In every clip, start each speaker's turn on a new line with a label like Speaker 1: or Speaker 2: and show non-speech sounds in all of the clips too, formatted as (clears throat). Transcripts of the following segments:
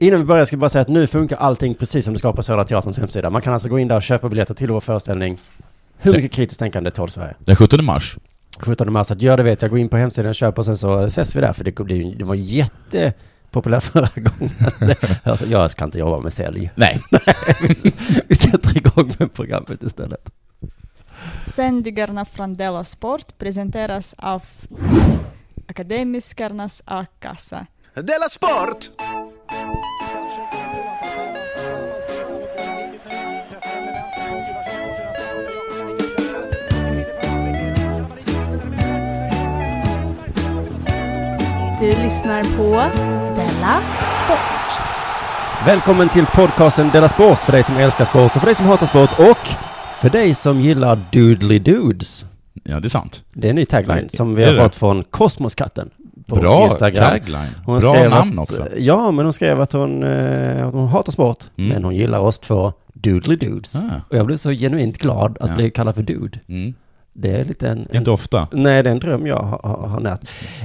Speaker 1: Innan vi börjar ska jag bara säga att nu funkar allting precis som det ska på Södra Teaterns hemsida. Man kan alltså gå in där och köpa biljetter till vår föreställning. Hur
Speaker 2: Det-
Speaker 1: mycket kritiskt tänkande tål Sverige?
Speaker 2: Den 17 mars.
Speaker 1: 17 mars, att gör det vet jag. Gå in på hemsidan och köp och sen så ses vi där. För det, det, det var jättepopulärt (laughs) förra gången. Alltså, jag ska inte jobba med sälj. (laughs)
Speaker 2: Nej.
Speaker 1: Vi sätter igång med programmet istället.
Speaker 3: Sändningarna från Della Sport presenteras av Akademiskarnas A-kassa.
Speaker 4: Della Sport!
Speaker 5: Du lyssnar på Della Sport.
Speaker 1: Välkommen till podcasten Dela Sport för dig som älskar sport och för dig som hatar sport och för dig som gillar Doodly Dudes.
Speaker 2: (laughs) Ja, det är sant.
Speaker 1: Det är en ny tagline som vi
Speaker 2: Är
Speaker 1: har
Speaker 2: det?
Speaker 1: fått från Kosmoskatten på
Speaker 2: Bra
Speaker 1: Instagram.
Speaker 2: tagline.
Speaker 1: Hon
Speaker 2: Bra
Speaker 1: skrev
Speaker 2: namn
Speaker 1: att,
Speaker 2: också.
Speaker 1: Ja, men hon skrev att hon, eh, att hon hatar sport,
Speaker 2: Mm.
Speaker 1: men hon gillar oss två Doodly Dudes.
Speaker 2: Ah,
Speaker 1: Och jag blev så genuint glad att
Speaker 2: Ja.
Speaker 1: bli kallad för dude.
Speaker 2: mm.
Speaker 1: Det är lite en... en
Speaker 2: Inte ofta.
Speaker 1: Nej, det är en dröm jag har, har, har närt.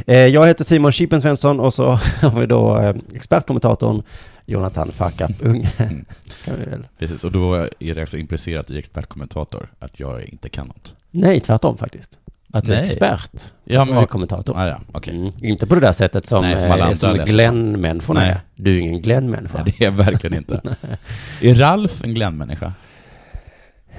Speaker 1: Eh, jag heter Simon Chippen Svensson och så (laughs) har vi då eh, expertkommentatorn Jonathan Fuckup Unge.
Speaker 2: Mm.
Speaker 1: Kan vi väl-
Speaker 2: Precis, och då är det alltså implicerat i expertkommentator att jag inte kan något.
Speaker 1: Nej, tvärtom faktiskt. Att du är
Speaker 2: Nej.
Speaker 1: expert
Speaker 2: Ja,
Speaker 1: och är kommentator.
Speaker 2: ah, ja, okej.
Speaker 1: Mm. Inte på det där sättet som,
Speaker 2: Nej, som alla
Speaker 1: eh,
Speaker 2: andra
Speaker 1: som
Speaker 2: läser.
Speaker 1: Glenn-människorna
Speaker 2: Nej.
Speaker 1: är. Du är ingen Glenn-människa.
Speaker 2: Nej, det är jag
Speaker 1: (laughs)
Speaker 2: verkligen inte. är Ralf en Glenn-människa?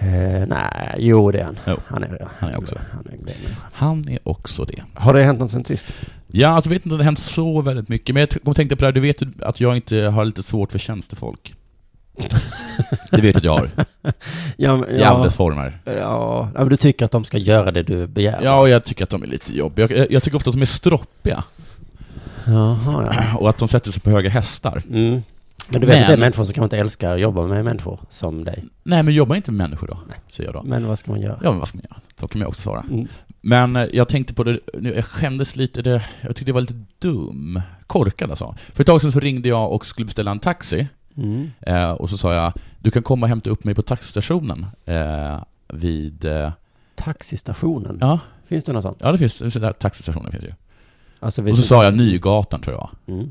Speaker 1: Eh, nej, jo det är han.
Speaker 2: Jo.
Speaker 1: Han är det.
Speaker 2: Han är också det.
Speaker 1: Han är Glenn-människa.
Speaker 2: Han är också det.
Speaker 1: Har det hänt något sen sist?
Speaker 2: Ja, alltså vet inte, det har hänt så väldigt mycket. Men jag t- kom och tänkte på det här, du vet ju att jag inte har lite svårt
Speaker 1: (laughs)
Speaker 2: för tjänstefolk. det vet du att jag har.
Speaker 1: Ja, men-
Speaker 2: I
Speaker 1: ja,
Speaker 2: alldeles former.
Speaker 1: ja, ja, men du tycker att de ska göra det du begär?
Speaker 2: Ja, och jag tycker att de är lite jobbiga. Jag- Jag, jag tycker ofta att de är stroppiga.
Speaker 1: Jaha, ja.
Speaker 2: (clears throat) Och att de sätter sig på höga hästar.
Speaker 1: Mm. Men du vet,
Speaker 2: Men-
Speaker 1: att det är människor som kanske inte älskar att jobba med människor som dig.
Speaker 2: Nej, men jobbar inte med människor då? Säger jag då.
Speaker 1: Men vad ska man göra?
Speaker 2: Ja, men vad ska man göra? Så kan jag också svara.
Speaker 1: Mm.
Speaker 2: Men eh, jag tänkte på det, nu, jag skämdes lite, det, jag tyckte jag var lite dum. Korkad alltså. För ett tag sedan så ringde jag och skulle beställa en taxi.
Speaker 1: Mm.
Speaker 2: Eh, och så sa jag, du kan komma och hämta upp mig på taxistationen. Eh, vid... Eh,
Speaker 1: Taxistationen?
Speaker 2: ja,
Speaker 1: Finns det något sånt?
Speaker 2: ja, det finns sådana där taxistationer finns ju.
Speaker 1: Alltså,
Speaker 2: Och
Speaker 1: visst-
Speaker 2: så sa jag Nygatan tror jag.
Speaker 1: Mm.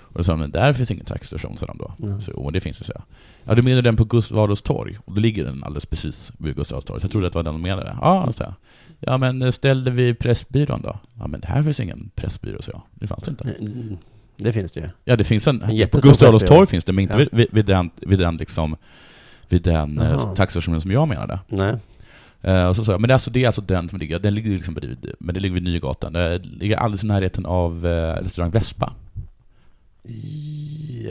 Speaker 2: Och då sa de, men där finns ingen taxistation, sa de då.
Speaker 1: Ja.
Speaker 2: Så, jo, men det finns det, så jag. Ja, du menar den på Gustav Adolfs torg? Och då ligger den alldeles precis vid Gustav Adolfs torg. Så jag trodde att det var den de menade.
Speaker 1: Mm.
Speaker 2: Ja, så jag. Ja, men eh, ställde vi Pressbyrån då? Ja, men det här finns ingen Pressbyrå, så jag. Det fanns det inte.
Speaker 1: Mm. Det finns det ju.
Speaker 2: Ja, det finns en...
Speaker 1: En
Speaker 2: på
Speaker 1: jättestor
Speaker 2: Gustav Adolfs
Speaker 1: Pressbyrå.
Speaker 2: torg finns det, men inte
Speaker 1: Ja.
Speaker 2: vid- vid, vid den, vid den liksom... Vid den eh,
Speaker 1: Jaha.
Speaker 2: taxistationen som jag menade.
Speaker 1: Nej.
Speaker 2: Eh, och så sa jag, men det är, alltså, det är alltså den som ligger, den ligger liksom bredvid, men det ligger vid Nygatan. Det ligger alldeles i närheten av eh, restaurang Vespa.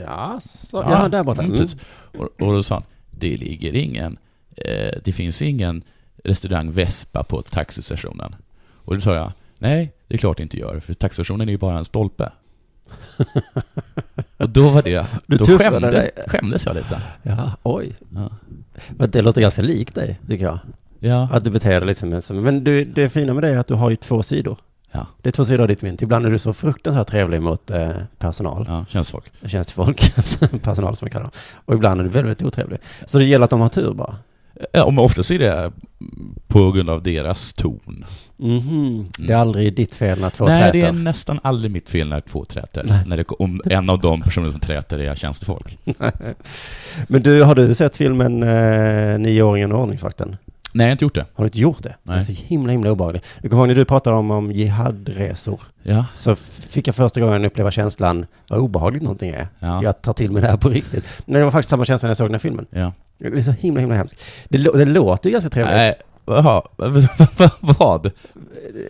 Speaker 1: Ja, så, ja, där borta. Mm.
Speaker 2: precis. Och, och då sa han, det ligger ingen, eh, det finns ingen restaurang Vespa på taxistationen. Och då sa jag, nej, det är klart det inte gör, för taxistationen är ju bara en stolpe. och då var det,
Speaker 1: (laughs) Du
Speaker 2: då
Speaker 1: tuffade
Speaker 2: skämde,
Speaker 1: dig.
Speaker 2: skämdes jag lite.
Speaker 1: Ja, oj.
Speaker 2: Ja.
Speaker 1: Men Det låter ganska likt dig, tycker jag.
Speaker 2: Ja.
Speaker 1: Att du beter dig liksom som... Men du, det fina med det är att du har ju två sidor.
Speaker 2: Ja.
Speaker 1: Det är två sidor av ditt mynt. Ibland är du så fruktansvärt trevlig mot eh, personal.
Speaker 2: Ja, känns folk.
Speaker 1: tjänstefolk, alltså (laughs) personal som man kallar dem. Och ibland är det väldigt otrevlig. Så det gäller att de har tur bara.
Speaker 2: Ja, och oftast är det på grund av deras ton.
Speaker 1: Mhm. Det är aldrig ditt fel när två
Speaker 2: Mm. Nej, det är
Speaker 1: träter.
Speaker 2: nästan aldrig mitt fel när två träter.
Speaker 1: Nej.
Speaker 2: När det, om en av de personer som träter är tjänstefolk.
Speaker 1: (laughs) Men du, har du sett filmen eh, Nioåringen och ordningsvakten?
Speaker 2: Nej, jag har inte gjort det.
Speaker 1: Har du inte gjort det?
Speaker 2: Nej.
Speaker 1: Det är så himla, himla obehagligt. Du kommer ihåg när du pratade om, om jihadresor,
Speaker 2: Ja,
Speaker 1: så f- fick jag första gången uppleva känslan vad obehagligt någonting är.
Speaker 2: ja, ja.
Speaker 1: Jag tar till mig det här på riktigt. Men det var faktiskt samma känsla när jag såg den här filmen.
Speaker 2: ja.
Speaker 1: Det är så himla, himla hemskt. Det, lå- det låter ju ganska trevligt.
Speaker 2: Nej, jaha, (laughs) vad?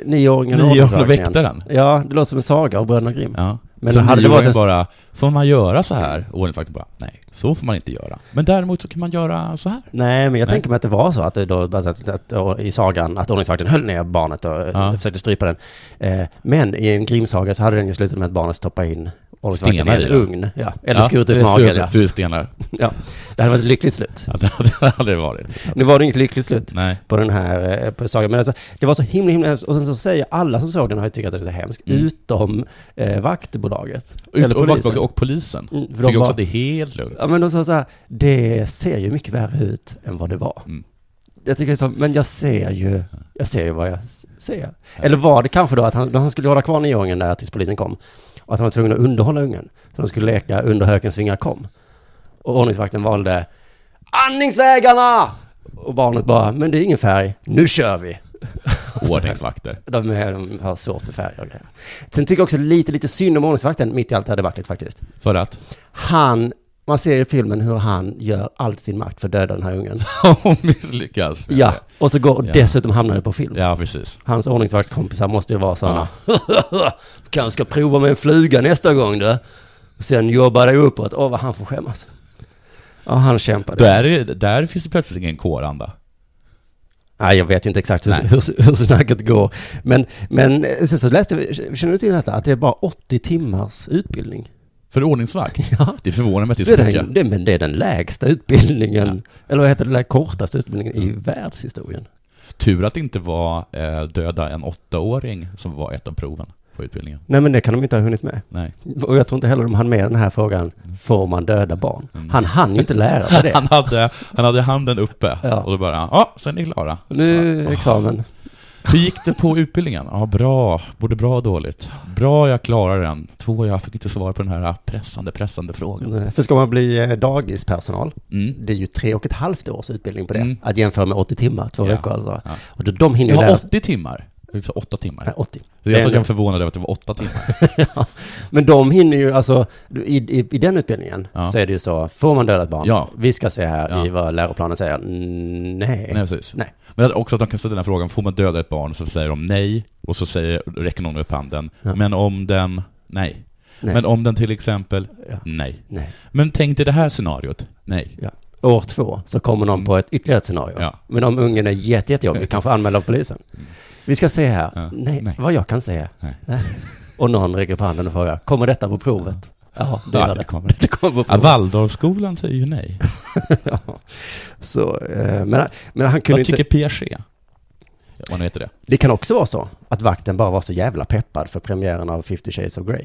Speaker 1: Nioåringen och
Speaker 2: Niohjul och
Speaker 1: ordningsvakten.
Speaker 2: väktaren?
Speaker 1: Ja, det låter som en saga av Bröderna Grimm.
Speaker 2: Ja.
Speaker 1: Men
Speaker 2: Men så
Speaker 1: hade det
Speaker 2: hade det
Speaker 1: varit en-
Speaker 2: bara, får man göra så här? Och ordningen faktiskt bara, nej, så får man inte göra. Men däremot så kan man göra så här.
Speaker 1: Nej, men jag
Speaker 2: Nej.
Speaker 1: tänker mig att det var så att, det då, att, att, att och i sagan att ordningsvakten höll ner barnet och
Speaker 2: Ja.
Speaker 1: ja. försökte strypa den. Eh, men i en Grimmsaga så hade den ju slutat med att barnet stoppade in ordningsvakten i
Speaker 2: Stenar i
Speaker 1: en
Speaker 2: den.
Speaker 1: ugn. Ja. Eller
Speaker 2: Ja,
Speaker 1: skurit
Speaker 2: det
Speaker 1: upp
Speaker 2: är
Speaker 1: magen.
Speaker 2: skurit
Speaker 1: Ja.
Speaker 2: upp, så är det stenar.
Speaker 1: Ja. Det hade varit ett lyckligt slut.
Speaker 2: Ja, det hade det aldrig varit.
Speaker 1: Nu var det inget lyckligt slut
Speaker 2: Nej.
Speaker 1: på den här eh, på sagan. Men alltså, det var så himla, himla hemskt. Och sen så säger alla som såg den har ju tyckt att det är så hemskt.
Speaker 2: Mm.
Speaker 1: Utom eh, vaktbolaget.
Speaker 2: Ut, och,
Speaker 1: polisen.
Speaker 2: polisen. och polisen.
Speaker 1: Mm, för de
Speaker 2: Tycker
Speaker 1: bara-
Speaker 2: också att det är helt lugnt.
Speaker 1: Ja men de sa så här, det ser ju mycket värre ut än vad det var.
Speaker 2: Mm.
Speaker 1: Jag tycker så, men jag ser ju, jag ser ju vad jag s- ser. Eller var det kanske då att han, då han skulle hålla kvar nioåringen där tills polisen kom. Och Och att han var tvungen att underhålla ungen. Så de skulle leka Under hökens vingar kom. Och ordningsvakten valde Andningsvägarna! Och barnet bara, men det är ingen färg. Nu kör vi!
Speaker 2: Ordningsvakter.
Speaker 1: De, är, de har svårt med färger och grejer. Sen tycker jag också lite, lite synd om ordningsvakten mitt i allt det här debaclet faktiskt.
Speaker 2: För att? (laughs)
Speaker 1: Han, man ser i filmen hur han gör allt sin makt för att döda den här
Speaker 2: (laughs)
Speaker 1: ungen.
Speaker 2: Hon misslyckas. med
Speaker 1: Ja,
Speaker 2: det.
Speaker 1: och så går, och
Speaker 2: Ja.
Speaker 1: dessutom hamnar det på film.
Speaker 2: Ja, precis.
Speaker 1: Hans ordningsvaktskompisar måste ju vara sådana. (laughs) Kanske ska prova med en fluga nästa gång du. Och sen jobbar det uppåt. Åh, vad han får skämmas. Ja, han kämpade.
Speaker 2: Där, är, där finns det plötsligt ingen kåranda.
Speaker 1: Nej, jag vet ju inte exakt hur,
Speaker 2: Nej.
Speaker 1: hur, hur snacket går. Men, men eh, sen så läste vi, känner du till detta? Att det är bara 80 timmars utbildning.
Speaker 2: (laughs) För ordningsvakt?
Speaker 1: Ja.
Speaker 2: Det förvånar mig att
Speaker 1: Det
Speaker 2: det
Speaker 1: är,
Speaker 2: är så mycket.
Speaker 1: den, det, men det är den lägsta utbildningen, eller vad heter det, den kortaste utbildningen i
Speaker 2: Mm.
Speaker 1: världshistorien.
Speaker 2: Tur att det inte var eh, döda en åttaåring som var ett av proven på utbildningen.
Speaker 1: Nej men det kan de inte ha hunnit med.
Speaker 2: Nej.
Speaker 1: Och jag tror inte heller de hann med den här frågan, får man döda barn?
Speaker 2: Mm.
Speaker 1: Han hann ju inte lära sig det.
Speaker 2: (laughs) Han hade, han hade handen uppe
Speaker 1: Ja.
Speaker 2: och då bara, ja, sen är ni klara.
Speaker 1: Nu examen.
Speaker 2: Hur gick det på utbildningen? Ja, bra. Både bra och dåligt. Bra, jag klarade den. Två, jag fick inte svar på den här pressande, pressande frågan.
Speaker 1: Nej, För ska man bli eh, dagispersonal,
Speaker 2: Mm.
Speaker 1: det är ju tre och ett halvt års utbildning på det.
Speaker 2: Mm.
Speaker 1: Att jämföra med 80 timmar, två
Speaker 2: Ja.
Speaker 1: veckor alltså.
Speaker 2: Ja.
Speaker 1: Och då, de hinner
Speaker 2: Det
Speaker 1: ju
Speaker 2: var
Speaker 1: lära sig.
Speaker 2: 80 timmar. Alltså åtta timmar.
Speaker 1: Nej, 80.
Speaker 2: Jag är så jag förvånad över att det var åtta timmar.
Speaker 1: Men de hinner ju, alltså, i, i, i den utbildningen
Speaker 2: Ja.
Speaker 1: så är det ju så, får man döda ett barn?
Speaker 2: Ja.
Speaker 1: Vi ska se här
Speaker 2: Ja.
Speaker 1: i vad läroplanen säger, Mm, nej.
Speaker 2: Nej, precis.
Speaker 1: Nej.
Speaker 2: Men att också att de kan ställa den här frågan, får man döda ett barn? Så säger de nej, och så säger, räcker någon upp handen.
Speaker 1: Ja.
Speaker 2: Men om den, nej.
Speaker 1: nej.
Speaker 2: Men om den till exempel,
Speaker 1: Ja.
Speaker 2: nej.
Speaker 1: nej.
Speaker 2: Men tänk dig det här scenariot, nej.
Speaker 1: År två så kommer
Speaker 2: Mm.
Speaker 1: någon på ett ytterligare ett scenario.
Speaker 2: Ja.
Speaker 1: Men om ungen är jätte, jättejobbig, kanske anmäld av polisen. Mm. Vi ska se här,
Speaker 2: Ja.
Speaker 1: nej,
Speaker 2: Nej.
Speaker 1: vad jag kan säga.
Speaker 2: Nej.
Speaker 1: Och någon räcker upp handen och frågar, kommer detta på provet? Ja, det
Speaker 2: Ja,
Speaker 1: gör
Speaker 2: det
Speaker 1: det.
Speaker 2: kommer.
Speaker 1: Det kommer på
Speaker 2: Ja,
Speaker 1: provet.
Speaker 2: Waldorfskolan säger ju nej.
Speaker 1: Ja. Så, eh, men, men han kunde
Speaker 2: Vad
Speaker 1: inte...
Speaker 2: tycker Piaget? Ja, Vad nu heter det?
Speaker 1: Det kan också vara så att vakten bara var så jävla peppad för premiären av 50 Shades of Grey.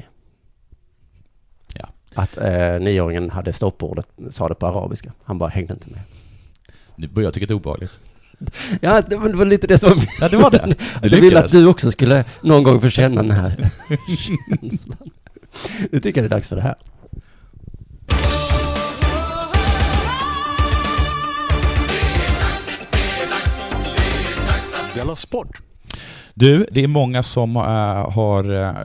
Speaker 2: Ja.
Speaker 1: Att eh, nioåringen hade stoppordet, sa det på arabiska. Han bara hängde inte med.
Speaker 2: Nu börjar jag tycka det är obehagligt.
Speaker 1: Ja, det var det var lite det som var
Speaker 2: Ja, det var det. Du
Speaker 1: (laughs) Jag ville att
Speaker 2: lyckades.
Speaker 1: du också skulle någon gång få känna den här
Speaker 2: (laughs)
Speaker 1: känslan. Nu tycker jag det är dags för det här.
Speaker 4: Della Sport!
Speaker 2: Du, det är många som eh, har eh,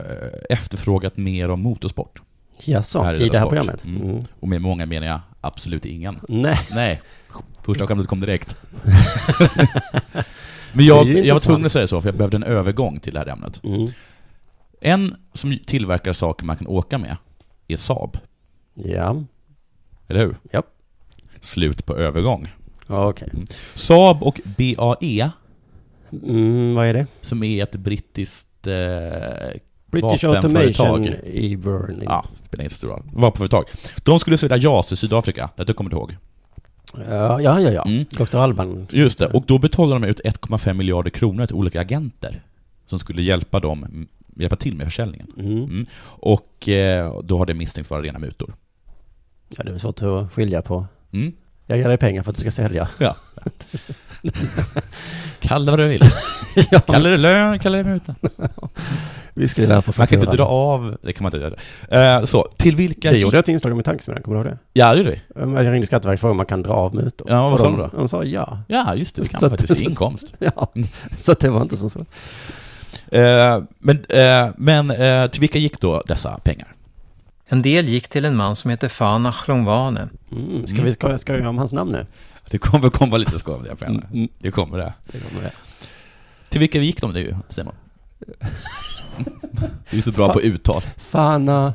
Speaker 2: efterfrågat mer om motorsport.
Speaker 1: Jaså,
Speaker 2: Här är
Speaker 1: i det här
Speaker 2: Sport.
Speaker 1: programmet?
Speaker 2: Mm.
Speaker 1: Mm.
Speaker 2: Och med många menar jag absolut ingen.
Speaker 1: Nej,
Speaker 2: Nej, första skämtet kom direkt.
Speaker 1: (laughs)
Speaker 2: Men jag,
Speaker 1: Det är ju
Speaker 2: jag var
Speaker 1: intressant.
Speaker 2: tvungen att säga så, för jag behövde en övergång till det här ämnet.
Speaker 1: mm.
Speaker 2: En som tillverkar saker man kan åka med är Saab,
Speaker 1: ja,
Speaker 2: eller hur?
Speaker 1: Japp.
Speaker 2: Slut på övergång.
Speaker 1: okej.
Speaker 2: Saab och BAE,
Speaker 1: Mm, vad är det?
Speaker 2: som är ett brittiskt eh,
Speaker 1: British
Speaker 2: Vapenföretag.
Speaker 1: Automation i Berlin.
Speaker 2: Ja, spelar inte så stor roll. Vapenföretag. De skulle sälja JAS i Sydafrika, det kommer du ihåg.
Speaker 1: Ja, ja, ja. ja.
Speaker 2: Mm.
Speaker 1: Dr. Alban.
Speaker 2: Just det, och då betalade de ut 1,5 miljarder kronor till olika agenter som skulle hjälpa dem, hjälpa till med försäljningen.
Speaker 1: Mm.
Speaker 2: Mm. Och eh, då har det misstänkts vara rena mutor.
Speaker 1: Ja, det är svårt att skilja på.
Speaker 2: Mm.
Speaker 1: Jag ger dig pengar för att du ska sälja.
Speaker 2: Ja. Kalla det vad du (laughs) vill. Kalla det lön, kalla det muta.
Speaker 1: Vi skriver här på
Speaker 2: Man kan inte
Speaker 1: fakturan.
Speaker 2: dra av, det kan man inte göra. Eh, så, till vilka...
Speaker 1: Det gjorde jag ett inslag med Tanksmedjan, kommer du ihåg det? Mm,
Speaker 2: Ja, det gjorde vi.
Speaker 1: Jag ringde Skatteverket och frågade om man kan dra av mutor.
Speaker 2: Ja, vad
Speaker 1: Och
Speaker 2: sa
Speaker 1: de
Speaker 2: de då?
Speaker 1: De sa ja.
Speaker 2: Ja, just det, det kan
Speaker 1: Så
Speaker 2: man
Speaker 1: att-
Speaker 2: faktiskt. Det är Inkomst.
Speaker 1: (laughs) Ja, så att det var inte så svårt.
Speaker 2: Eh, men eh, men eh, till vilka gick då dessa pengar?
Speaker 6: En del gick till en man som heter Fana Chlongwane.
Speaker 1: Mm. Ska
Speaker 2: Mm.
Speaker 1: vi skoja, skoja om hans namn nu?
Speaker 2: Det kommer komma lite skoj på henne.
Speaker 1: Mm.
Speaker 2: Det kommer det.
Speaker 1: Det kommer det.
Speaker 2: Till vilka gick de nu, (laughs) Simon? Du är så bra
Speaker 1: Fan.
Speaker 2: på uttal.
Speaker 1: Fana.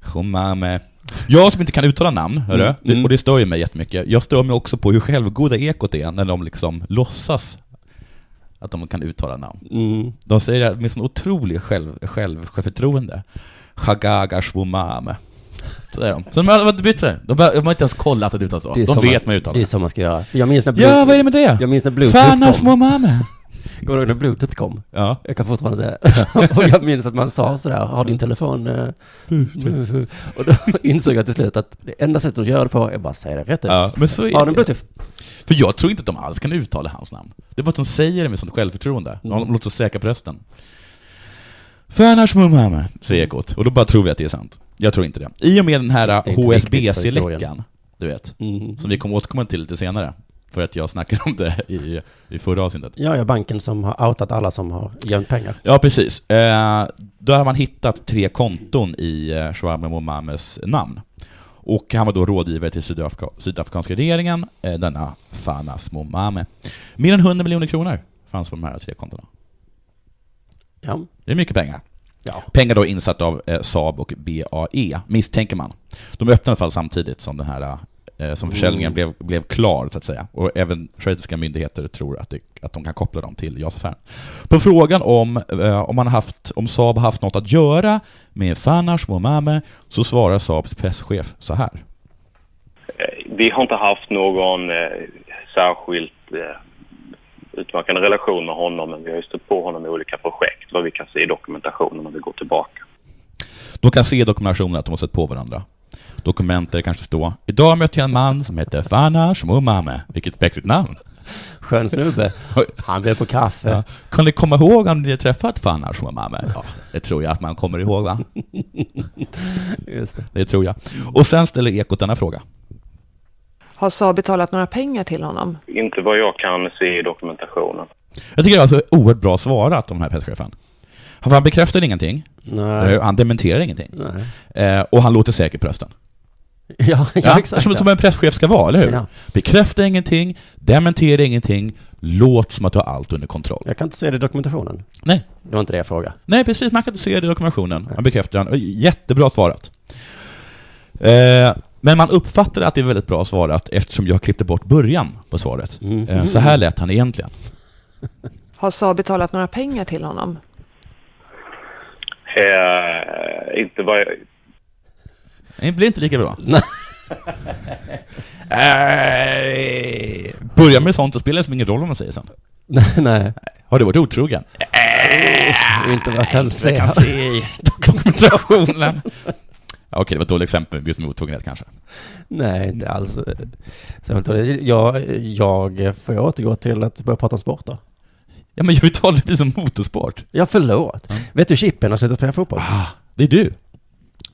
Speaker 2: Chumame. Jag som inte kan uttala namn, hörru,
Speaker 1: Mm,
Speaker 2: det-
Speaker 1: mm.
Speaker 2: och det stör ju mig jättemycket. Jag stör mig också på hur självgoda ekot är när de liksom låtsas att de kan uttala namn.
Speaker 1: Mm.
Speaker 2: De säger det med sån otrolig själv, själv, självförtroende. Chagaga shwumame. Så är de. Så de har inte bytt sig. De har de har inte ens kollat att det uttalas så.
Speaker 1: Det är
Speaker 2: De
Speaker 1: som
Speaker 2: vet
Speaker 1: man-
Speaker 2: man
Speaker 1: Det är
Speaker 2: uttalar.
Speaker 1: så man ska göra. För Jag minns när
Speaker 2: Ja, vad är
Speaker 1: Bluetooth,
Speaker 2: det alltså, med det?
Speaker 1: jag minns när
Speaker 2: Fana
Speaker 1: Bluetooth kom.
Speaker 2: shwumame.
Speaker 1: Kommer du ihåg när Bluetooth kom?
Speaker 2: Ja.
Speaker 1: Jag kan fortfarande det.
Speaker 2: (laughs)
Speaker 1: (laughs) och jag minns att man sa sådär, har din telefon... eh, (laughs) och då insåg jag till slut att det enda sättet att göra det på är bara att säga det rätt ut.
Speaker 2: ja, men så är
Speaker 1: Har den
Speaker 2: det.
Speaker 1: bluetooth?
Speaker 2: För jag tror inte att de alls kan uttala hans namn. Det är bara att de säger det med sånt självförtroende. De
Speaker 1: Mm.
Speaker 2: låter så säkra på rösten. Fanash Mumhammer, säger Ekot. Och då bara tror vi att det är sant. Jag tror inte det. I och med den här eh,
Speaker 1: Det är inte viktigt för
Speaker 2: HSBC-läckan,
Speaker 1: historien.
Speaker 2: du vet,
Speaker 1: Mm.
Speaker 2: som vi kommer återkomma till lite senare, för att jag snackade om det i, i förra avsnittet.
Speaker 1: Ja, ja, banken som har outat alla som har gömt pengar.
Speaker 2: Ja, precis. Eh, då har man hittat tre konton i eh, Shwabi Momames namn. Och han var då rådgivare till sydafrika, sydafrikanska regeringen, eh, denna Fanas Momame. Mer än 100 miljoner kronor fanns på de här tre kontona.
Speaker 1: Ja.
Speaker 2: Det är mycket pengar.
Speaker 1: Ja.
Speaker 2: Pengar då insatt av eh, Saab och BAE, misstänker man. De öppnade i alla fall samtidigt som den här eh, som försäljningen blev, blev klar, så att säga. Och även schweiziska myndigheter tror att, det, att de kan koppla dem till JAS-affären. På frågan om, eh, om, man har haft, om Saab har haft något att göra med Fanash Momame så svarar Saabs presschef så här.
Speaker 4: Vi har inte haft någon eh, särskilt eh, utmärkande relation med honom men vi har ju stött på honom i olika projekt vad vi kan se i dokumentationen om vi går tillbaka.
Speaker 2: De kan se i dokumentationen att de har sett på varandra. Dokument där det kanske står ”Idag mötte jag en man som hette Fanash Momame”, vilket är ett pexigt namn.
Speaker 1: Skön snubbe. Han blev på kaffe.
Speaker 2: Ja. Kan ni komma ihåg om ni har träffat Fannars mamma? Ja, det tror jag att man kommer ihåg va?
Speaker 1: Just det.
Speaker 2: Det tror jag. Och sen ställer Ekot denna fråga.
Speaker 7: Har Saab betalat några pengar till honom?
Speaker 4: Inte vad jag kan se i dokumentationen.
Speaker 2: Jag tycker det är alltså oerhört bra svarat om den här presschefen. Han- för Han bekräftar ingenting,
Speaker 1: Nej.
Speaker 2: han dementerar ingenting.
Speaker 1: Nej.
Speaker 2: Eh, och han låter säker på rösten.
Speaker 1: Ja, (laughs) ja,
Speaker 2: Ja,
Speaker 1: exakt.
Speaker 2: som,
Speaker 1: ja.
Speaker 2: som en presschef ska vara, eller hur?
Speaker 1: Ja.
Speaker 2: Bekräfta ingenting, dementera ingenting, låt som att du har allt under kontroll.
Speaker 1: Jag kan inte se det i dokumentationen.
Speaker 2: Nej,
Speaker 1: Det var inte det jag frågade.
Speaker 2: Nej, precis. Man kan inte se det i dokumentationen. Han bekräftar den. Jättebra svarat. Eh, men man uppfattar att det är väldigt bra svarat eftersom jag klippte bort början på svaret. Eh, så här lät han egentligen.
Speaker 7: Har Saab betalat några pengar till honom?
Speaker 4: Eh, inte vad jag,
Speaker 2: Det blir inte lika bra. eh, börja med sånt så spelar det som ingen roll om man säger sen.
Speaker 1: (laughs) Nej, nej.
Speaker 2: Har du varit otrogen?
Speaker 1: Ah, Det är inte vad jag kan se.
Speaker 2: Jag kan se i dokumentationen. Okej, det var ett dåligt exempel just med otrogenhet kanske.
Speaker 1: (laughs) Nej, inte alls. Särskilt dåligt. Jag, jag får jag återgå till att börja prata om sport då?
Speaker 2: Ja, men jag vill ta det precis som motorsport.
Speaker 1: Ja, förlåt. Vet du Chippen har slutat spela fotboll?
Speaker 2: Det är du.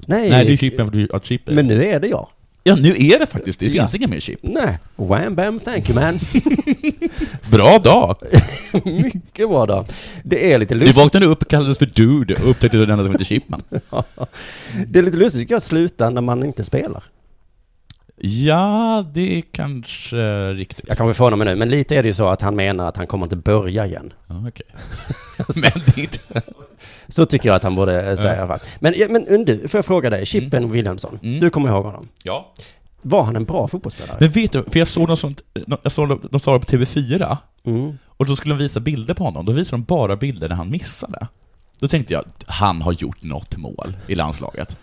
Speaker 1: Nej,
Speaker 2: Ah, Nej, det är chippen för du har chippen.
Speaker 1: men nu är det jag.
Speaker 2: Ja, nu är det faktiskt. Det
Speaker 1: Ja.
Speaker 2: finns inga mer chip.
Speaker 1: Nej. Wham, bam, thank you
Speaker 2: (laughs)
Speaker 1: man.
Speaker 2: Bra
Speaker 1: (laughs)
Speaker 2: dag!
Speaker 1: Mycket bra då. Det är lite
Speaker 2: Du
Speaker 1: lustigt.
Speaker 2: vaknade upp, kallades för Dude och upptäckte den enda som hette Chipman.
Speaker 1: (laughs) Det är lite lustigt tycker jag att sluta när man inte spelar.
Speaker 2: Ja, det är kanske eh, riktigt.
Speaker 1: Jag kanske förvånar mig nu, men lite är det ju så att han menar att han kommer inte börja igen.
Speaker 2: Ja, okej. (laughs) Men det är inte...
Speaker 1: Så tycker jag att han borde eh, säga i alla fall. Men, ja, men du, får jag fråga dig, Chippen Wilhelmsson,
Speaker 2: Mm.
Speaker 1: du kommer ihåg honom.
Speaker 2: Ja.
Speaker 1: Var han en bra fotbollsspelare?
Speaker 2: Men vet du, för jag såg något sånt, jag såg, de sa det på TV4,
Speaker 1: Mm.
Speaker 2: och då skulle de visa bilder på honom. Då visade de bara bilder när han missade. Då tänkte jag, han har gjort något mål i landslaget.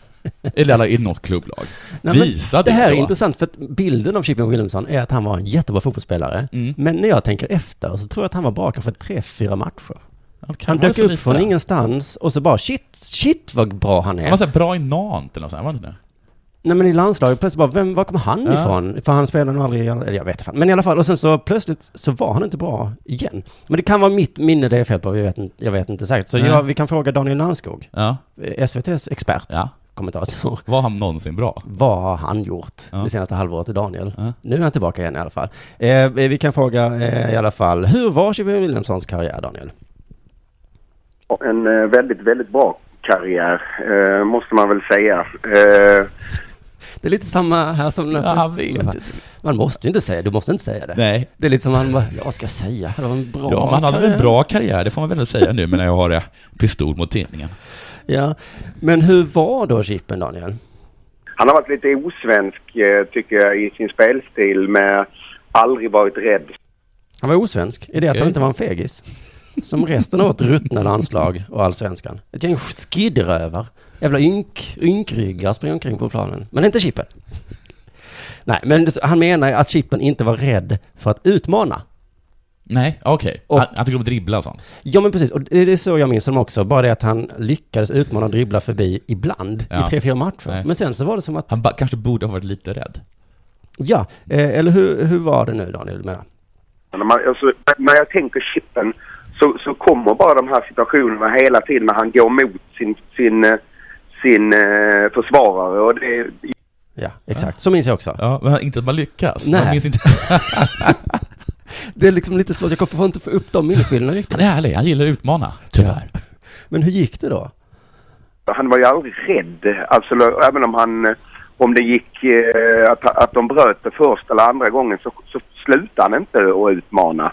Speaker 2: Eller alla- i något klubblag.
Speaker 1: Nej, men
Speaker 2: Visa
Speaker 1: Det
Speaker 2: det
Speaker 1: här är
Speaker 2: då.
Speaker 1: intressant för att bilden av Chippen Wilhelmsson är att han var en jättebra fotbollsspelare.
Speaker 2: Mm.
Speaker 1: Men när jag tänker efter så tror jag att han var bra kanske tre, fyra matcher.
Speaker 2: Han, kan
Speaker 1: Han
Speaker 2: vara
Speaker 1: dök
Speaker 2: så
Speaker 1: upp
Speaker 2: lite.
Speaker 1: från ingenstans och så bara shit, shit vad bra han är.
Speaker 2: Han var så här bra i Nantes eller något sånt, här, var han inte det?
Speaker 1: Nej men i landslaget, plötsligt bara, vem, var kommer han
Speaker 2: Ja.
Speaker 1: ifrån? För han spelade nog aldrig, i- eller jag vet inte fan. Men i alla fall, och sen så plötsligt så var han inte bra igen. Men det kan vara mitt minne det är fel på, jag vet, inte- jag vet inte säkert. Så
Speaker 2: Nej.
Speaker 1: jag, vi kan fråga Daniel Landskog, eh,
Speaker 2: Ja.
Speaker 1: SVTs expert,
Speaker 2: ja.
Speaker 1: kommentator. (laughs)
Speaker 2: Var han någonsin bra?
Speaker 1: Vad har han gjort
Speaker 2: Ja.
Speaker 1: det senaste halvåret i Daniel?
Speaker 2: Ja.
Speaker 1: Nu är han tillbaka igen i alla fall. Eh, vi kan fråga eh, i alla fall, hur var Chippen Wilhelmssons karriär Daniel?
Speaker 8: En eh, väldigt, väldigt bra karriär, eh, måste man väl säga. Eh,
Speaker 1: Det är lite samma här som...
Speaker 2: jag vet inte.
Speaker 1: Man måste ju inte säga, du måste inte säga det.
Speaker 2: Nej.
Speaker 1: Det är lite som han bara, jag ska säga, det var en bra
Speaker 2: Ja, man hade väl
Speaker 1: karriär.
Speaker 2: en bra karriär, det får man väl ändå säga nu men när jag har eh, pistol mot tinningen.
Speaker 1: Ja, men hur var då chippen Daniel?
Speaker 8: han har varit lite osvensk, eh, tycker jag, i sin spelstil med aldrig varit rädd.
Speaker 1: Han var osvensk. Är det att
Speaker 2: Okej.
Speaker 1: han inte var en fegis? Som resten av ett ruttna landslag och allsvenskan. Ett gäng skidrövar. Jävla ynk, ynkryggar springer omkring på planen. Men inte chippen. Nej, men det- han menar ju att chippen inte var rädd för att utmana.
Speaker 2: Nej, okej.
Speaker 1: Och-
Speaker 2: Han, han tycker om att dribbla och sånt.
Speaker 1: Ja, men precis. Och det det är så jag minns honom också. Bara det att han lyckades utmana och dribbla förbi ibland
Speaker 2: Ja.
Speaker 1: i tre, fyra matcher.
Speaker 2: Nej.
Speaker 1: Men sen så var det som att...
Speaker 2: Han ba, kanske borde ha varit lite rädd.
Speaker 1: Ja, eh, eller hur, hur var det nu Daniel? du menar?
Speaker 8: När, man, alltså, när jag tänker Chippen så, så kommer bara de här situationerna hela tiden när han går mot sin, sin, eh, sin eh, försvarare. Och det,
Speaker 1: Ja, exakt. Så minns jag också.
Speaker 2: Ja, men inte att man lyckas. Man
Speaker 1: Nej.
Speaker 2: minns inte. (laughs)
Speaker 1: Det är liksom lite svårt, jag får inte få upp de minnesbilderna riktigt.
Speaker 2: (laughs) Han är ärlig, han gillar att utmana. Tyvärr.
Speaker 1: Men hur gick det då?
Speaker 8: han var ju aldrig rädd. Alltså, lo- även om, han, eh, om det gick eh, att, att de bröt det första eller andra gången så, så slutade han inte att utmana.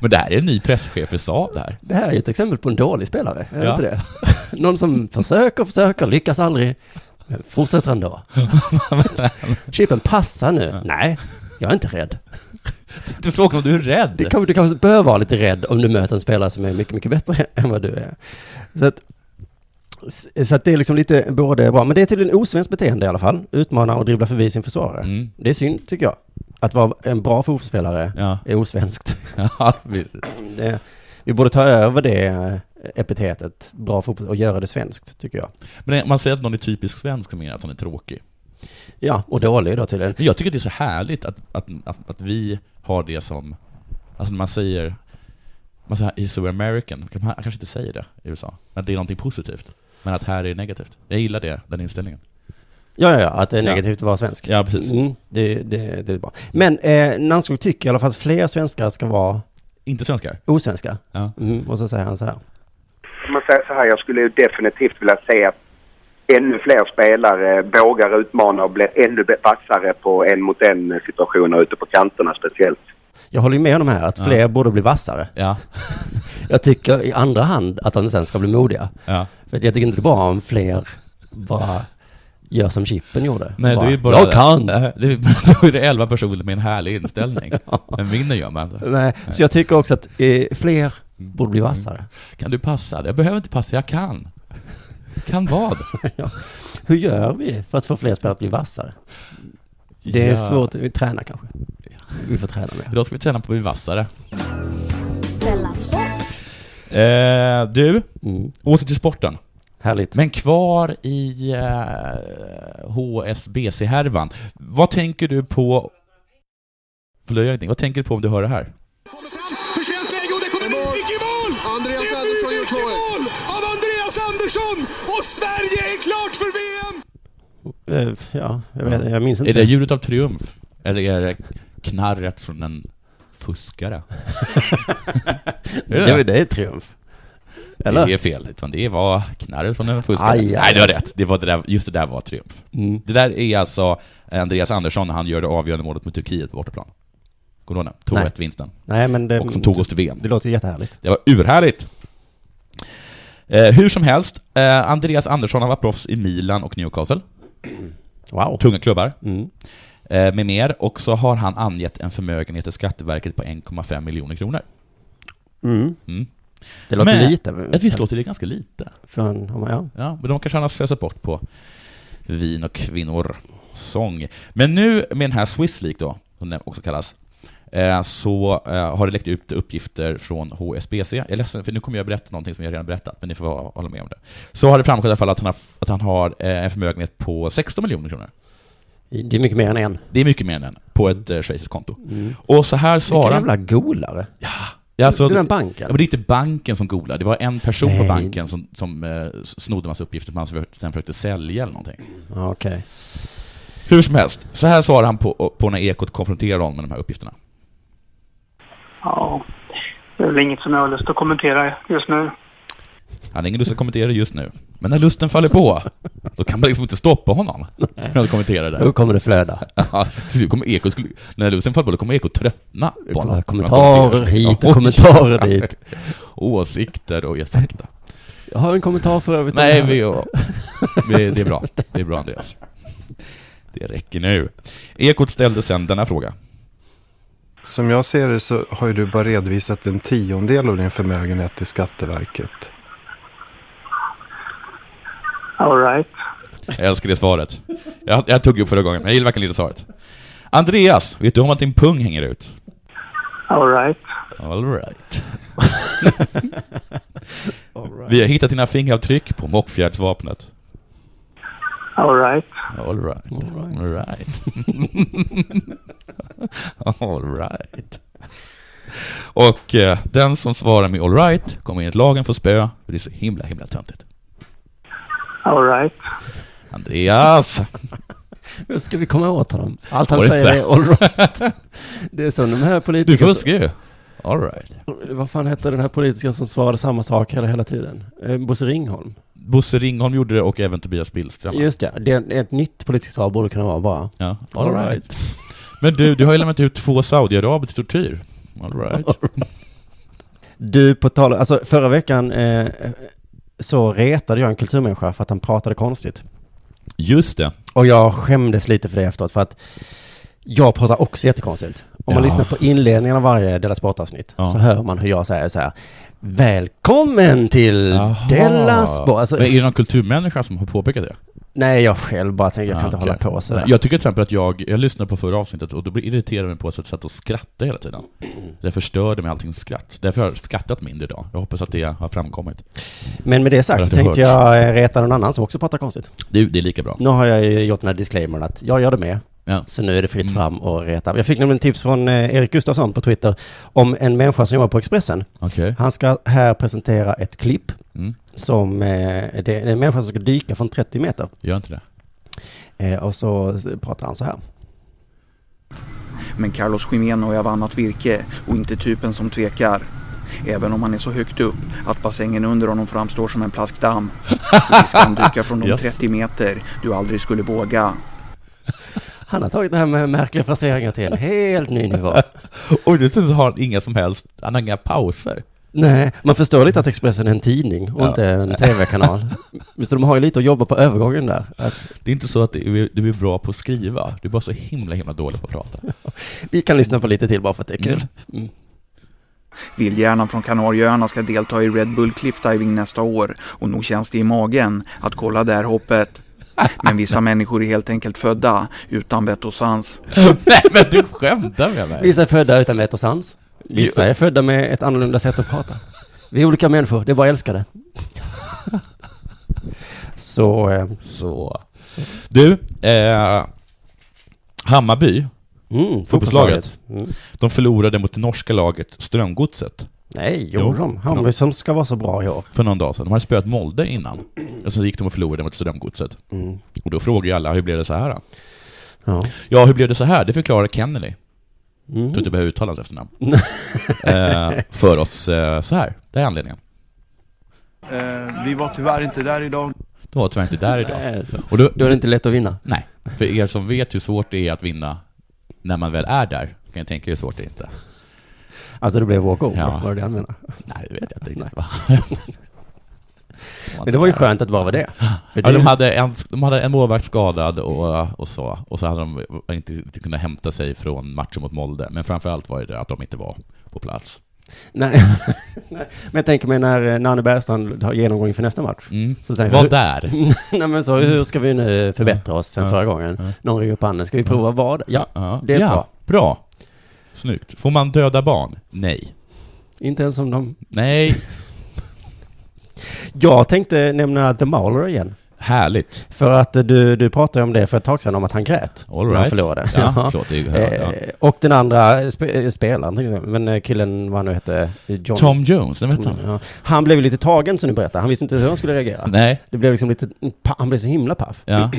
Speaker 2: Men det här är en ny presschef för Saab det här.
Speaker 1: Det här är ju ett exempel på en dålig spelare, är det
Speaker 2: Ja.
Speaker 1: inte det? (laughs) Någon som försöker, försöker, lyckas aldrig, men fortsätter
Speaker 2: (laughs)
Speaker 1: ändå. Chippen, passa nu. Nej, jag är inte rädd.
Speaker 2: Du frågar om du är rädd.
Speaker 1: Du kanske, du kanske bör vara lite rädd om du möter en spelare som är mycket, mycket bättre (laughs) än vad du är. Så att, så att det är liksom lite både bra, men det är tydligen osvenskt beteende i alla fall. Utmana och dribbla förbi sin försvarare.
Speaker 2: Mm.
Speaker 1: Det är synd, tycker jag. Att vara en bra fotbollsspelare
Speaker 2: Ja. (laughs)
Speaker 1: är osvenskt. (laughs)
Speaker 2: Ja, vi-
Speaker 1: Det, vi borde ta över det eh, epitetet, bra fotboll, och göra det svenskt, tycker jag.
Speaker 2: Men man säger att någon är typisk svensk, mer att han är tråkig.
Speaker 1: Ja, och dålig då tydligen.
Speaker 2: Men jag tycker det är så härligt att, att, att, att vi har det som, alltså när man säger, man säger is so American, man kanske inte säger det i USA, men att det är någonting positivt. Men att här är det negativt. Jag gillar det, den inställningen.
Speaker 1: Ja, ja, ja, att det är
Speaker 2: Ja.
Speaker 1: negativt att vara svensk.
Speaker 2: Ja, precis.
Speaker 1: Mm, det, det, det är bra. Men eh, Nannskog tycker i alla fall att fler svenskar ska vara
Speaker 2: Inte svenskar.
Speaker 1: osvenska.
Speaker 2: Ja.
Speaker 1: Mm, och så säger han så här.
Speaker 8: Om man säger så här, jag skulle ju definitivt vilja se att ännu fler spelare vågar utmana och blir ännu bä- vassare på en mot en situationer ute på kanterna speciellt.
Speaker 1: Jag håller ju med om här, att
Speaker 2: Ja.
Speaker 1: fler borde bli vassare.
Speaker 2: Ja.
Speaker 1: Jag tycker i andra hand att de sen ska bli modiga.
Speaker 2: ja.
Speaker 1: För att jag tycker inte det är bra om fler bara gör som Chippen gjorde.
Speaker 2: Nej,
Speaker 1: bara,
Speaker 2: det är bara...
Speaker 1: Jag kan!
Speaker 2: (laughs) Nej, Det är, då är det elva personer med en härlig (laughs) inställning. Men vinner gör man inte.
Speaker 1: Nej, så jag tycker också att eh, fler borde bli vassare.
Speaker 2: Kan du passa? Jag behöver inte passa, jag kan. Kan vad?
Speaker 1: Hur gör vi för att få fler spelare att bli vassare? Det är
Speaker 2: Ja.
Speaker 1: svårt, vi tränar kanske. Vi får träna mer.
Speaker 2: Idag ska vi träna på att bli vassare.
Speaker 5: Della Sport.
Speaker 2: Eh, du,
Speaker 1: Mm.
Speaker 2: åter till sporten.
Speaker 1: Härligt.
Speaker 2: Men kvar i eh, HSBC-härvan. Vad tänker du på... Förlöjligning. Vad tänker du på om du hör det här?
Speaker 9: För svenskt läge och det kommer Mudvik i mål! Andreas Andersson gör 2-1. Av Andreas Andersson! Och Sverige är klart för VM!
Speaker 1: Eh, Ja, jag, vet, jag minns
Speaker 2: Är
Speaker 1: inte.
Speaker 2: det ljudet av triumf? Eller är det knarret från en
Speaker 1: (laughs)
Speaker 2: fuskare? är det
Speaker 1: det, var- det är triumf. Eller?
Speaker 2: Det är fel. Utan det var knarret från en fuskare.
Speaker 1: Aj, aj.
Speaker 2: Nej, det var rätt. Det var det där, just det där var triumf.
Speaker 1: Mm.
Speaker 2: Det där är alltså Andreas Andersson när han gör det avgörande målet mot Turkiet på bortaplan. Kommer du ihåg den?
Speaker 1: Nej.
Speaker 2: 2-1-vinsten.
Speaker 1: Nej, men det,
Speaker 2: Och som tog oss till VM.
Speaker 1: det låter ju jättehärligt.
Speaker 2: Det var urhärligt! Eh, hur som helst, eh, Andreas Andersson han var proffs i Milan och Newcastle,
Speaker 1: Wow.
Speaker 2: tunga klubbar,
Speaker 1: Mm.
Speaker 2: eh, med mer, och så har han angett en förmögenhet till Skatteverket på 1,5 miljoner kronor.
Speaker 1: Mm.
Speaker 2: Mm.
Speaker 1: Det låter
Speaker 2: Men-
Speaker 1: lite.
Speaker 2: Eh, Visst låter det ganska lite?
Speaker 1: För en, ja.
Speaker 2: Ja, men de kanske han har slösat bort på vin och kvinnor, sång. Men nu med den här Swiss League då, som den också kallas, eh, så eh, har det läckt ut uppgifter från HSBC. Jag är ledsen, för nu kommer jag berätta någonting som jag redan berättat, men ni får ha- hålla med om det. Så har det framgått i alla fall att han har, att han har eh, en förmögenhet på 16 miljoner kronor.
Speaker 1: Det är mycket mer än en.
Speaker 2: Det är mycket mer än en, på ett eh, schweiziskt konto. Och så här
Speaker 1: Mm. Vilken
Speaker 2: svarar...
Speaker 1: jävla golare.
Speaker 2: Ja, alltså,
Speaker 1: Den här
Speaker 2: Ja,
Speaker 1: banken.
Speaker 2: men det är inte banken som golar, det var en person på
Speaker 1: Nej.
Speaker 2: banken som, som eh, snodde en massa uppgifter som han sen försökte sälja eller någonting.
Speaker 1: Ja, Okej.
Speaker 2: Hur som helst, så här svarar han på, på när Ekot konfronterar honom med de här uppgifterna.
Speaker 10: Ja, det är väl inget som jag har lust att kommentera just nu.
Speaker 2: Han har ingen lust att kommentera det just nu, men när lusten faller på, då kan man liksom inte stoppa honom från att kommentera det.
Speaker 1: Då kommer det flöda.
Speaker 2: Ja, till slut kommer Ekot, skulle- när lusten faller på, då kommer Ekot tröttna
Speaker 1: Det
Speaker 2: på
Speaker 1: kommer
Speaker 2: honom.
Speaker 1: kommentarer hit och (laughs) kommentarer dit.
Speaker 2: Åsikter och fakta.
Speaker 1: Jag har en kommentar för övrigt.
Speaker 2: Nej, vi, vi, det är bra. Det är bra Andreas. Det räcker nu. Ekot ställde sen denna fråga.
Speaker 11: Som jag ser det så har ju du bara redovisat en tiondel av din förmögenhet till Skatteverket.
Speaker 10: All right.
Speaker 2: Jag älskar det svaret. Jag, jag tog upp förra gången, men jag gillar verkligen det svaret. Andreas, vet du om att din pung hänger ut?
Speaker 10: All right.
Speaker 2: All (laughs) right. Vi har hittat dina fingeravtryck på mockfjärdsvapnet.
Speaker 10: All right.
Speaker 2: All right. All (laughs) right. All right. Och eh, den som svarar med all right kommer enligt lagen få spö, för det är så himla, himla töntigt.
Speaker 10: All right.
Speaker 2: Andreas!
Speaker 1: Hur ska vi komma åt honom? Allt han
Speaker 2: Var det
Speaker 1: säger
Speaker 2: inte?
Speaker 1: är all right. (laughs) Det är som de här
Speaker 2: Du
Speaker 1: politikerna...
Speaker 2: fuskar ju! All right.
Speaker 1: Vad fan hette den här politikern som svarade samma sak hela, hela tiden? Eh, Bosse Ringholm.
Speaker 2: Bosse Ringholm gjorde det och även Tobias Billström.
Speaker 1: Just det, det är ett nytt politiskt svar borde kunna vara bara.
Speaker 2: Ja, all right. Men du, du har ju lämnat ut två saudiaraber till tortyr. All right.
Speaker 1: Du, på tal alltså förra veckan eh, så retade jag en kulturmänniska för att han pratade konstigt.
Speaker 2: (laughs) Just det.
Speaker 1: Och jag skämdes lite för det efteråt för att jag pratar också jättekonstigt. Om man
Speaker 2: Ja.
Speaker 1: lyssnar på inledningen av varje Della Sport-avsnitt
Speaker 2: Ja.
Speaker 1: så hör man hur jag säger så här. Välkommen till
Speaker 2: Jaha.
Speaker 1: Della Sport. Alltså,
Speaker 2: Men är det någon kulturmänniska som har påpekat det?
Speaker 1: nej, jag själv bara tänker jag kan
Speaker 2: Ah,
Speaker 1: inte
Speaker 2: okej.
Speaker 1: hålla på sådär.
Speaker 2: Nej, Jag tycker till exempel att jag, jag lyssnade på förra avsnittet och då blir- irriterade mig på att jag satt och skrattade hela tiden. Det förstörde mig allting skratt. Därför har jag skrattat mindre idag. Jag hoppas att det har framkommit.
Speaker 1: Men med det
Speaker 2: Eller
Speaker 1: sagt
Speaker 2: att
Speaker 1: så
Speaker 2: det
Speaker 1: tänkte
Speaker 2: hörts.
Speaker 1: jag eh, reta någon annan som också pratar konstigt.
Speaker 2: Du, det är lika bra.
Speaker 1: Nu har jag ju gjort den här disclaimern att jag gör det med.
Speaker 2: Ja.
Speaker 1: Så nu är det fritt
Speaker 2: Mm.
Speaker 1: fram och reta. Jag fick nämligen tips från eh, Erik Gustafsson på Twitter om en människa som jobbar på Expressen.
Speaker 2: Okej.
Speaker 1: Han ska här presentera ett klipp
Speaker 2: Mm.
Speaker 1: som eh, det är en människa som ska dyka från 30 meter.
Speaker 2: Gör inte det.
Speaker 1: Eh, och så pratar han så här.
Speaker 12: Men Carlos Jimeno är av annat virke och inte typen som tvekar. Även om han är så högt upp att bassängen under honom framstår som en plaskdamm. Visst ska han dyka från de
Speaker 1: Yes.
Speaker 12: 30 meter du aldrig skulle våga.
Speaker 1: Han har tagit det här med märkliga fraseringar till en helt ny nivå.
Speaker 2: Och dessutom så har han inga som helst, han har inga pauser.
Speaker 1: Nej, man förstår lite att Expressen är en tidning och
Speaker 2: Ja.
Speaker 1: inte en tv-kanal. Så de har ju lite att jobba på övergången där. Att
Speaker 2: Det är inte så att du är, du är bra på att skriva, du är bara så himla, himla dålig på att prata.
Speaker 1: vi kan lyssna på lite till bara för att det är kul.
Speaker 12: Vildhjärnan från Kanarieöarna ska delta i Red Bull Cliff Diving nästa år och nog känns det i magen att kolla det här hoppet. Men vissa människor är helt enkelt födda utan vett och sans.
Speaker 2: (laughs) Nej men du skämtar med mig!
Speaker 1: Vissa är födda utan vett och sans. Vissa är födda med ett annorlunda sätt att prata. Vi är olika människor, det är bara att älska det. Så... eh,
Speaker 2: Så. Du, eh, Hammarby, fotbollslaget,
Speaker 1: fotbollslaget. Mm.
Speaker 2: de förlorade mot det norska laget Strömgodset.
Speaker 1: Nej, gjorde de. Hammarby som ska vara så bra i år.
Speaker 2: För någon dag sedan. De hade spöat Molde innan. Och sen gick de och förlorade mot Strömgodset.
Speaker 1: Mm.
Speaker 2: Och då frågar ju alla, hur blev det så här då?
Speaker 1: Ja.
Speaker 2: Ja, hur blev det så här? Det förklarar Kennedy.
Speaker 1: Mm.
Speaker 2: Jag tror inte jag behöver uttala
Speaker 1: (laughs)
Speaker 2: hans efternamn. eh, för oss eh, så här. Det är anledningen.
Speaker 13: Eh, vi var tyvärr inte där idag.
Speaker 2: De var tyvärr inte där idag.
Speaker 1: Nej.
Speaker 2: Och då,
Speaker 1: Då är det inte lätt att vinna.
Speaker 2: Nej, för er som vet hur svårt det är att vinna när man väl är där, kan jag tänka hur svårt det är inte.
Speaker 1: Alltså det blev walkover,
Speaker 2: Ja.
Speaker 1: var det det han menade?
Speaker 2: Nej, det vet jag inte
Speaker 1: (laughs)
Speaker 2: riktigt. va?
Speaker 1: Men det var ju skönt att bara vara det. För
Speaker 2: Ja,
Speaker 1: det-
Speaker 2: de, hade en, de hade en målvakt skadad och, och så, och så hade de inte riktigt kunnat hämta sig från matchen mot Molde. Men framförallt var det att de inte var på plats.
Speaker 1: (laughs) Nej. Nej. Men jag tänker mig när eh, Nanne Bergstrand har genomgång inför nästa match.
Speaker 2: Mm.
Speaker 1: Så tänker
Speaker 2: Var
Speaker 1: jag,
Speaker 2: där.
Speaker 1: (laughs) Nej men så, hur ska vi nu förbättra oss sen
Speaker 2: Ja.
Speaker 1: förra gången?
Speaker 2: Ja. Mm.
Speaker 1: Någon ringer upp handen, ska vi prova vad? Ja, det är
Speaker 2: ja,
Speaker 1: bra.
Speaker 2: Bra. Snyggt. Får man döda barn? Nej.
Speaker 1: Inte ens om de...
Speaker 2: Nej.
Speaker 1: Jag tänkte nämna The Mauler igen. (laughs)
Speaker 2: Härligt.
Speaker 1: För att eh, du, du pratade ju om det för ett tag sedan, om att han grät
Speaker 2: All
Speaker 1: när
Speaker 2: right.
Speaker 1: han förlorade.
Speaker 2: Ja, förlåt, det är ju hör-
Speaker 1: Eh, Och den andra spe, eh, spelaren, till exempel. men eh, killen, vad han nu hette, eh, John...
Speaker 2: Tom Jones, den vet
Speaker 1: Tom-
Speaker 2: han.
Speaker 1: Mm, ja. Han blev ju lite tagen, som du berättade. Han visste inte hur han skulle reagera.
Speaker 2: Nej.
Speaker 1: Det blev liksom lite... pa- Han blev så himla paff. (clears throat)
Speaker 2: Ja.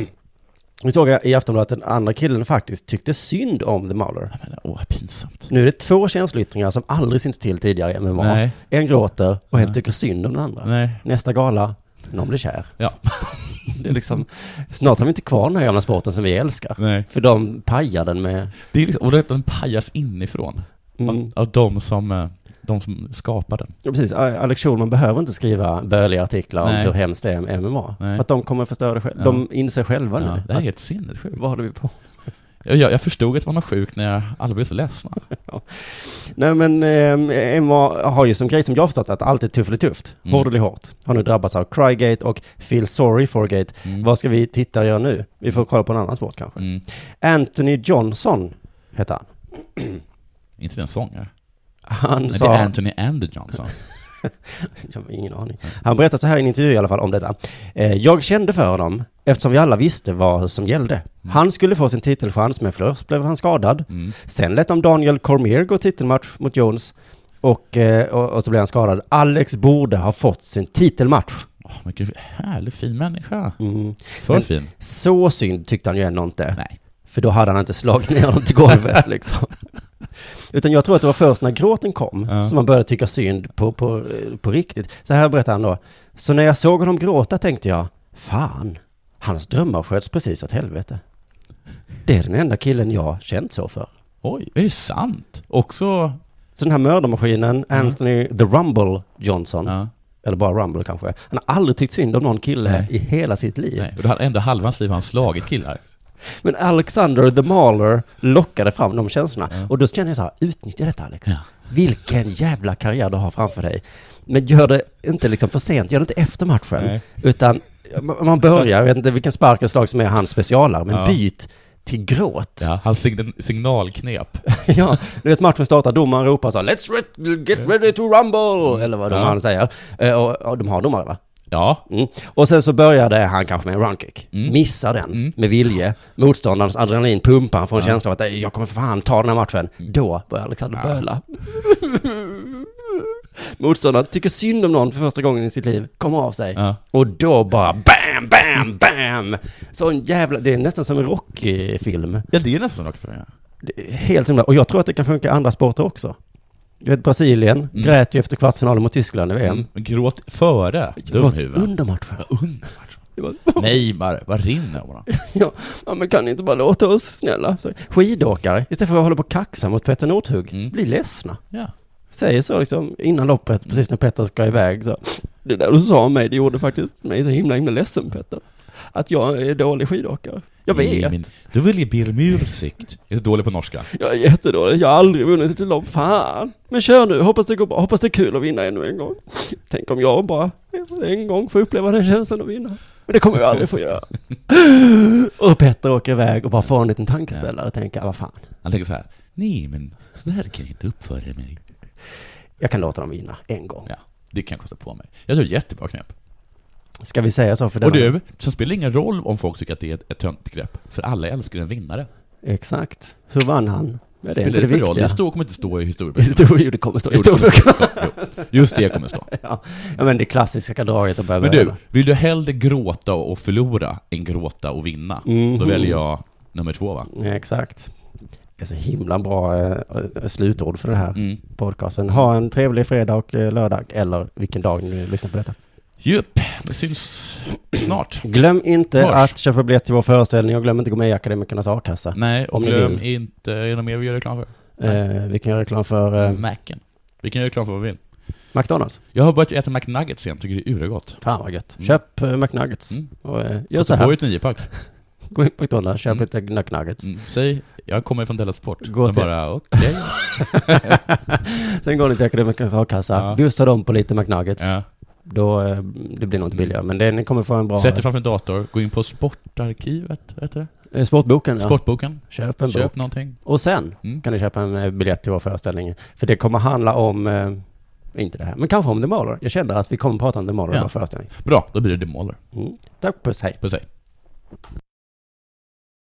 Speaker 1: Nu såg jag i Aftonbladet att den andra killen faktiskt tyckte synd om The Mauler.
Speaker 2: Åh, vad pinsamt.
Speaker 1: Nu är det två känsloyttringar som aldrig synts till tidigare i MMA.
Speaker 2: Nej.
Speaker 1: En gråter och en
Speaker 2: Nej.
Speaker 1: tycker synd om den andra.
Speaker 2: Nej.
Speaker 1: Nästa gala, någon blir kär.
Speaker 2: Ja.
Speaker 1: (laughs) Det är liksom, snart har vi inte kvar den här gamla sporten som vi älskar.
Speaker 2: Nej.
Speaker 1: För de pajar den med...
Speaker 2: Det är liksom, och det är en pajas inifrån.
Speaker 1: Mm.
Speaker 2: Av, av de som, eh, de som skapar den.
Speaker 1: Ja, precis. A- Alex Schulman behöver inte skriva böliga artiklar om
Speaker 2: Nej.
Speaker 1: hur hemskt det är med MMA.
Speaker 2: Nej.
Speaker 1: För att de kommer förstöra det själva.
Speaker 2: Ja.
Speaker 1: De inser själva
Speaker 2: Ja,
Speaker 1: nu.
Speaker 2: det här är
Speaker 1: att-
Speaker 2: helt sinnessjukt.
Speaker 1: Vad håller vi på
Speaker 2: Jag, jag, jag förstod att man var sjuk när jag alla blev så ledsna.
Speaker 1: Nej men eh, MMA har ju som grej som jag har förstått att allt är tuffligt tufft.
Speaker 2: Mm.
Speaker 1: Hårt eller hårt. Har nu drabbats av Crygate och Feel Sorry for Gate.
Speaker 2: Mm.
Speaker 1: Vad ska vi titta och göra nu? Vi får kolla på en annan sport kanske.
Speaker 2: Mm.
Speaker 1: Anthony Johnson heter han.
Speaker 2: Inte den sångare.
Speaker 1: Han
Speaker 2: Nej,
Speaker 1: sa...
Speaker 2: Det är Anthony Ander Johnson.
Speaker 1: (laughs) Jag har ingen aning. Han berättar så här i en intervju i alla fall om detta. Eh, jag kände för honom eftersom vi alla visste vad som gällde. Han skulle få sin titelchans men först blev han skadad.
Speaker 2: Mm.
Speaker 1: Sen lät de Daniel Cormier gå titelmatch mot Jones. Och, eh, och, och så blev han skadad. Alex borde ha fått sin titelmatch.
Speaker 2: Åh, men gud, härlig fin människa.
Speaker 1: Mm.
Speaker 2: För
Speaker 1: Men
Speaker 2: fin.
Speaker 1: Så synd tyckte han ju ändå inte. För då hade han inte slagit ner honom till
Speaker 2: (laughs)
Speaker 1: golvet liksom. Utan jag tror att det var först när gråten kom
Speaker 2: Ja.
Speaker 1: som man började tycka synd på, på, eh, på riktigt. Så här berättar han då. Så när jag såg honom gråta tänkte jag, fan, hans drömmar sköts precis åt helvete. Det är den enda killen jag känt så för.
Speaker 2: Oj, det är sant. Också...
Speaker 1: Så den här mördarmaskinen,
Speaker 2: Mm.
Speaker 1: Anthony the Rumble Johnson, eller bara Rumble kanske, han har aldrig tyckt synd om någon kille
Speaker 2: Nej.
Speaker 1: i hela sitt liv.
Speaker 2: Nej. Och då hade ändå halva hans liv har han slagit killar.
Speaker 1: Men Alexander the Mauler lockade fram de känslorna. Och då känner jag så här, utnyttja detta Alex. Vilken jävla karriär du har framför dig. Men gör det inte liksom för sent, gör det inte efter matchen.
Speaker 2: Nej.
Speaker 1: Utan ma- man börjar, jag vet inte vilken spark eller slag som är hans specialare, men
Speaker 2: Ja.
Speaker 1: byt till gråt.
Speaker 2: Ja, hans sign- signalknep.
Speaker 1: (laughs) ja, du vet matchen startar, domaren ropar så här, Let's re- get ready to rumble! Eller vad
Speaker 2: Mm. Ja.
Speaker 1: domaren säger. Eh, Och, och de har domare va?
Speaker 2: Ja.
Speaker 1: Mm. Och sen så började han kanske med en roundkick.
Speaker 2: Mm.
Speaker 1: Missar den med vilje. Motståndarens adrenalin pumpar, han får en
Speaker 2: Ja. Mm.
Speaker 1: känsla av att "Ej, jag kommer för fan ta den här matchen. Då börjar Alexander böla. (laughs) Motståndaren tycker synd om någon för första gången i sitt liv, kommer av sig. Och då bara BAM, BAM, BAM! Sån jävla, det är nästan som en Rocky-film.
Speaker 2: Ja, det är nästan som Rocky-film, ja.
Speaker 1: Det är Helt himla, och jag tror att det kan funka i andra sporter också. Du vet Brasilien,
Speaker 2: Mm.
Speaker 1: grät ju efter kvartsfinalen mot Tyskland i VM.
Speaker 2: Mm. Gråt före
Speaker 1: Gråt
Speaker 2: dumhuvud.
Speaker 1: under matchen.
Speaker 2: Nej, bara, bara rinner om honom.
Speaker 1: (laughs) Ja, ja, men kan ni inte bara låta oss snälla? Så, skidåkare, istället för att hålla på och kaxa mot Petter Northug,
Speaker 2: Mm.
Speaker 1: bli ledsna.
Speaker 2: Ja.
Speaker 1: Säger så liksom innan loppet, precis när Petter ska iväg så. Det där du sa om mig, det gjorde faktiskt mig så himla, himla ledsen Petter. Att jag är dålig skidåkare. Jag vet.
Speaker 2: Nej, men Du vill ju bir musikt. Jag är så dålig på norska.
Speaker 1: Jag är jättedålig, jag har aldrig vunnit ett lopp, fan. Men kör nu, hoppas det går bra, hoppas det är kul att vinna ännu en gång. Tänk om jag bara en gång får uppleva den känslan att vinna. Men det kommer jag aldrig få
Speaker 2: (laughs)
Speaker 1: göra. Och Petter åker iväg och bara får en liten tankeställare och tänker, "Ah, vad fan.
Speaker 2: Han tänker så här. Nej, men så här kan jag inte uppföra mig.
Speaker 1: Jag kan låta dem vinna en gång.
Speaker 2: Ja, det kan jag kosta på mig. Jag tror det är ett jättebra knep.
Speaker 1: Ska vi säga så för
Speaker 2: Och
Speaker 1: denna-
Speaker 2: du, så spelar det ingen roll om folk tycker att det är ett, ett töntigt grepp. För alla älskar en vinnare.
Speaker 1: Exakt. Hur vann han? Ja, det är
Speaker 2: Spelar
Speaker 1: inte det
Speaker 2: för
Speaker 1: (laughs)
Speaker 2: roll?
Speaker 1: viktiga.
Speaker 2: Det står, kommer inte stå i
Speaker 1: Det står-
Speaker 2: historieböckerna.
Speaker 1: jo, det kommer stå i
Speaker 2: Jo, det kommer
Speaker 1: historieböckerna.
Speaker 2: Jo, Just det kommer stå.
Speaker 1: Ja. ja, men det klassiska draget att börja
Speaker 2: Men du,
Speaker 1: börja.
Speaker 2: vill du hellre gråta och förlora än gråta och vinna? Då
Speaker 1: Mhm.
Speaker 2: väljer jag nummer två va?
Speaker 1: Ja, exakt. Det är så himla bra eh, eh, slutord för den här
Speaker 2: Mm.
Speaker 1: podcasten. Ha en trevlig fredag och eh, lördag, eller vilken dag ni lyssnar på detta.
Speaker 2: Jupp, det syns snart.
Speaker 1: Glöm inte
Speaker 2: Vars.
Speaker 1: att köpa biljett till vår föreställning och glöm inte att gå med i Akademikernas a-kassa.
Speaker 2: Nej, och
Speaker 1: Om ni
Speaker 2: glöm
Speaker 1: vill.
Speaker 2: inte, är det något mer vi gör reklam för?
Speaker 1: Eh, vi kan göra reklam för eh,
Speaker 2: Macen. Vi kan göra reklam för vad vi vill.
Speaker 1: McDonalds.
Speaker 2: Jag har börjat äta McNuggets igen, tycker det är urgott.
Speaker 1: Fan vad gött.
Speaker 2: Mm.
Speaker 1: Köp eh, McNuggets. Och, eh, gör så här.
Speaker 2: Gå ett niopack.
Speaker 1: Gå in på McDonalds, köp lite McNuggets.
Speaker 2: Mm. Säg, jag kommer från Della Sport.
Speaker 1: Gå
Speaker 2: Men
Speaker 1: till-
Speaker 2: bara,
Speaker 1: (laughs)
Speaker 2: okej.
Speaker 1: Sen går ni till Akademikernas a-kassa,
Speaker 2: Ja.
Speaker 1: bjussar dem på lite McNuggets.
Speaker 2: Ja.
Speaker 1: Då, eh, det blir nog inte billigare, men det, ni kommer få en bra...
Speaker 2: Sätt dig framför en dator, gå in på Sportarkivet, heter det?
Speaker 1: Eh, Sportboken, ja.
Speaker 2: Sportboken.
Speaker 1: Köp en
Speaker 2: Köp Mm.
Speaker 1: bok.
Speaker 2: någonting.
Speaker 1: Och sen kan ni köpa en eh, biljett till vår föreställning. För det kommer handla om, eh, inte det här, men kanske om The Mauler. Jag kände att vi kommer prata om The Mauler i
Speaker 2: Ja.
Speaker 1: vår föreställning.
Speaker 2: Bra, då blir det Demoler.
Speaker 1: Mm. Tack, puss, hej.
Speaker 2: Puss, hej.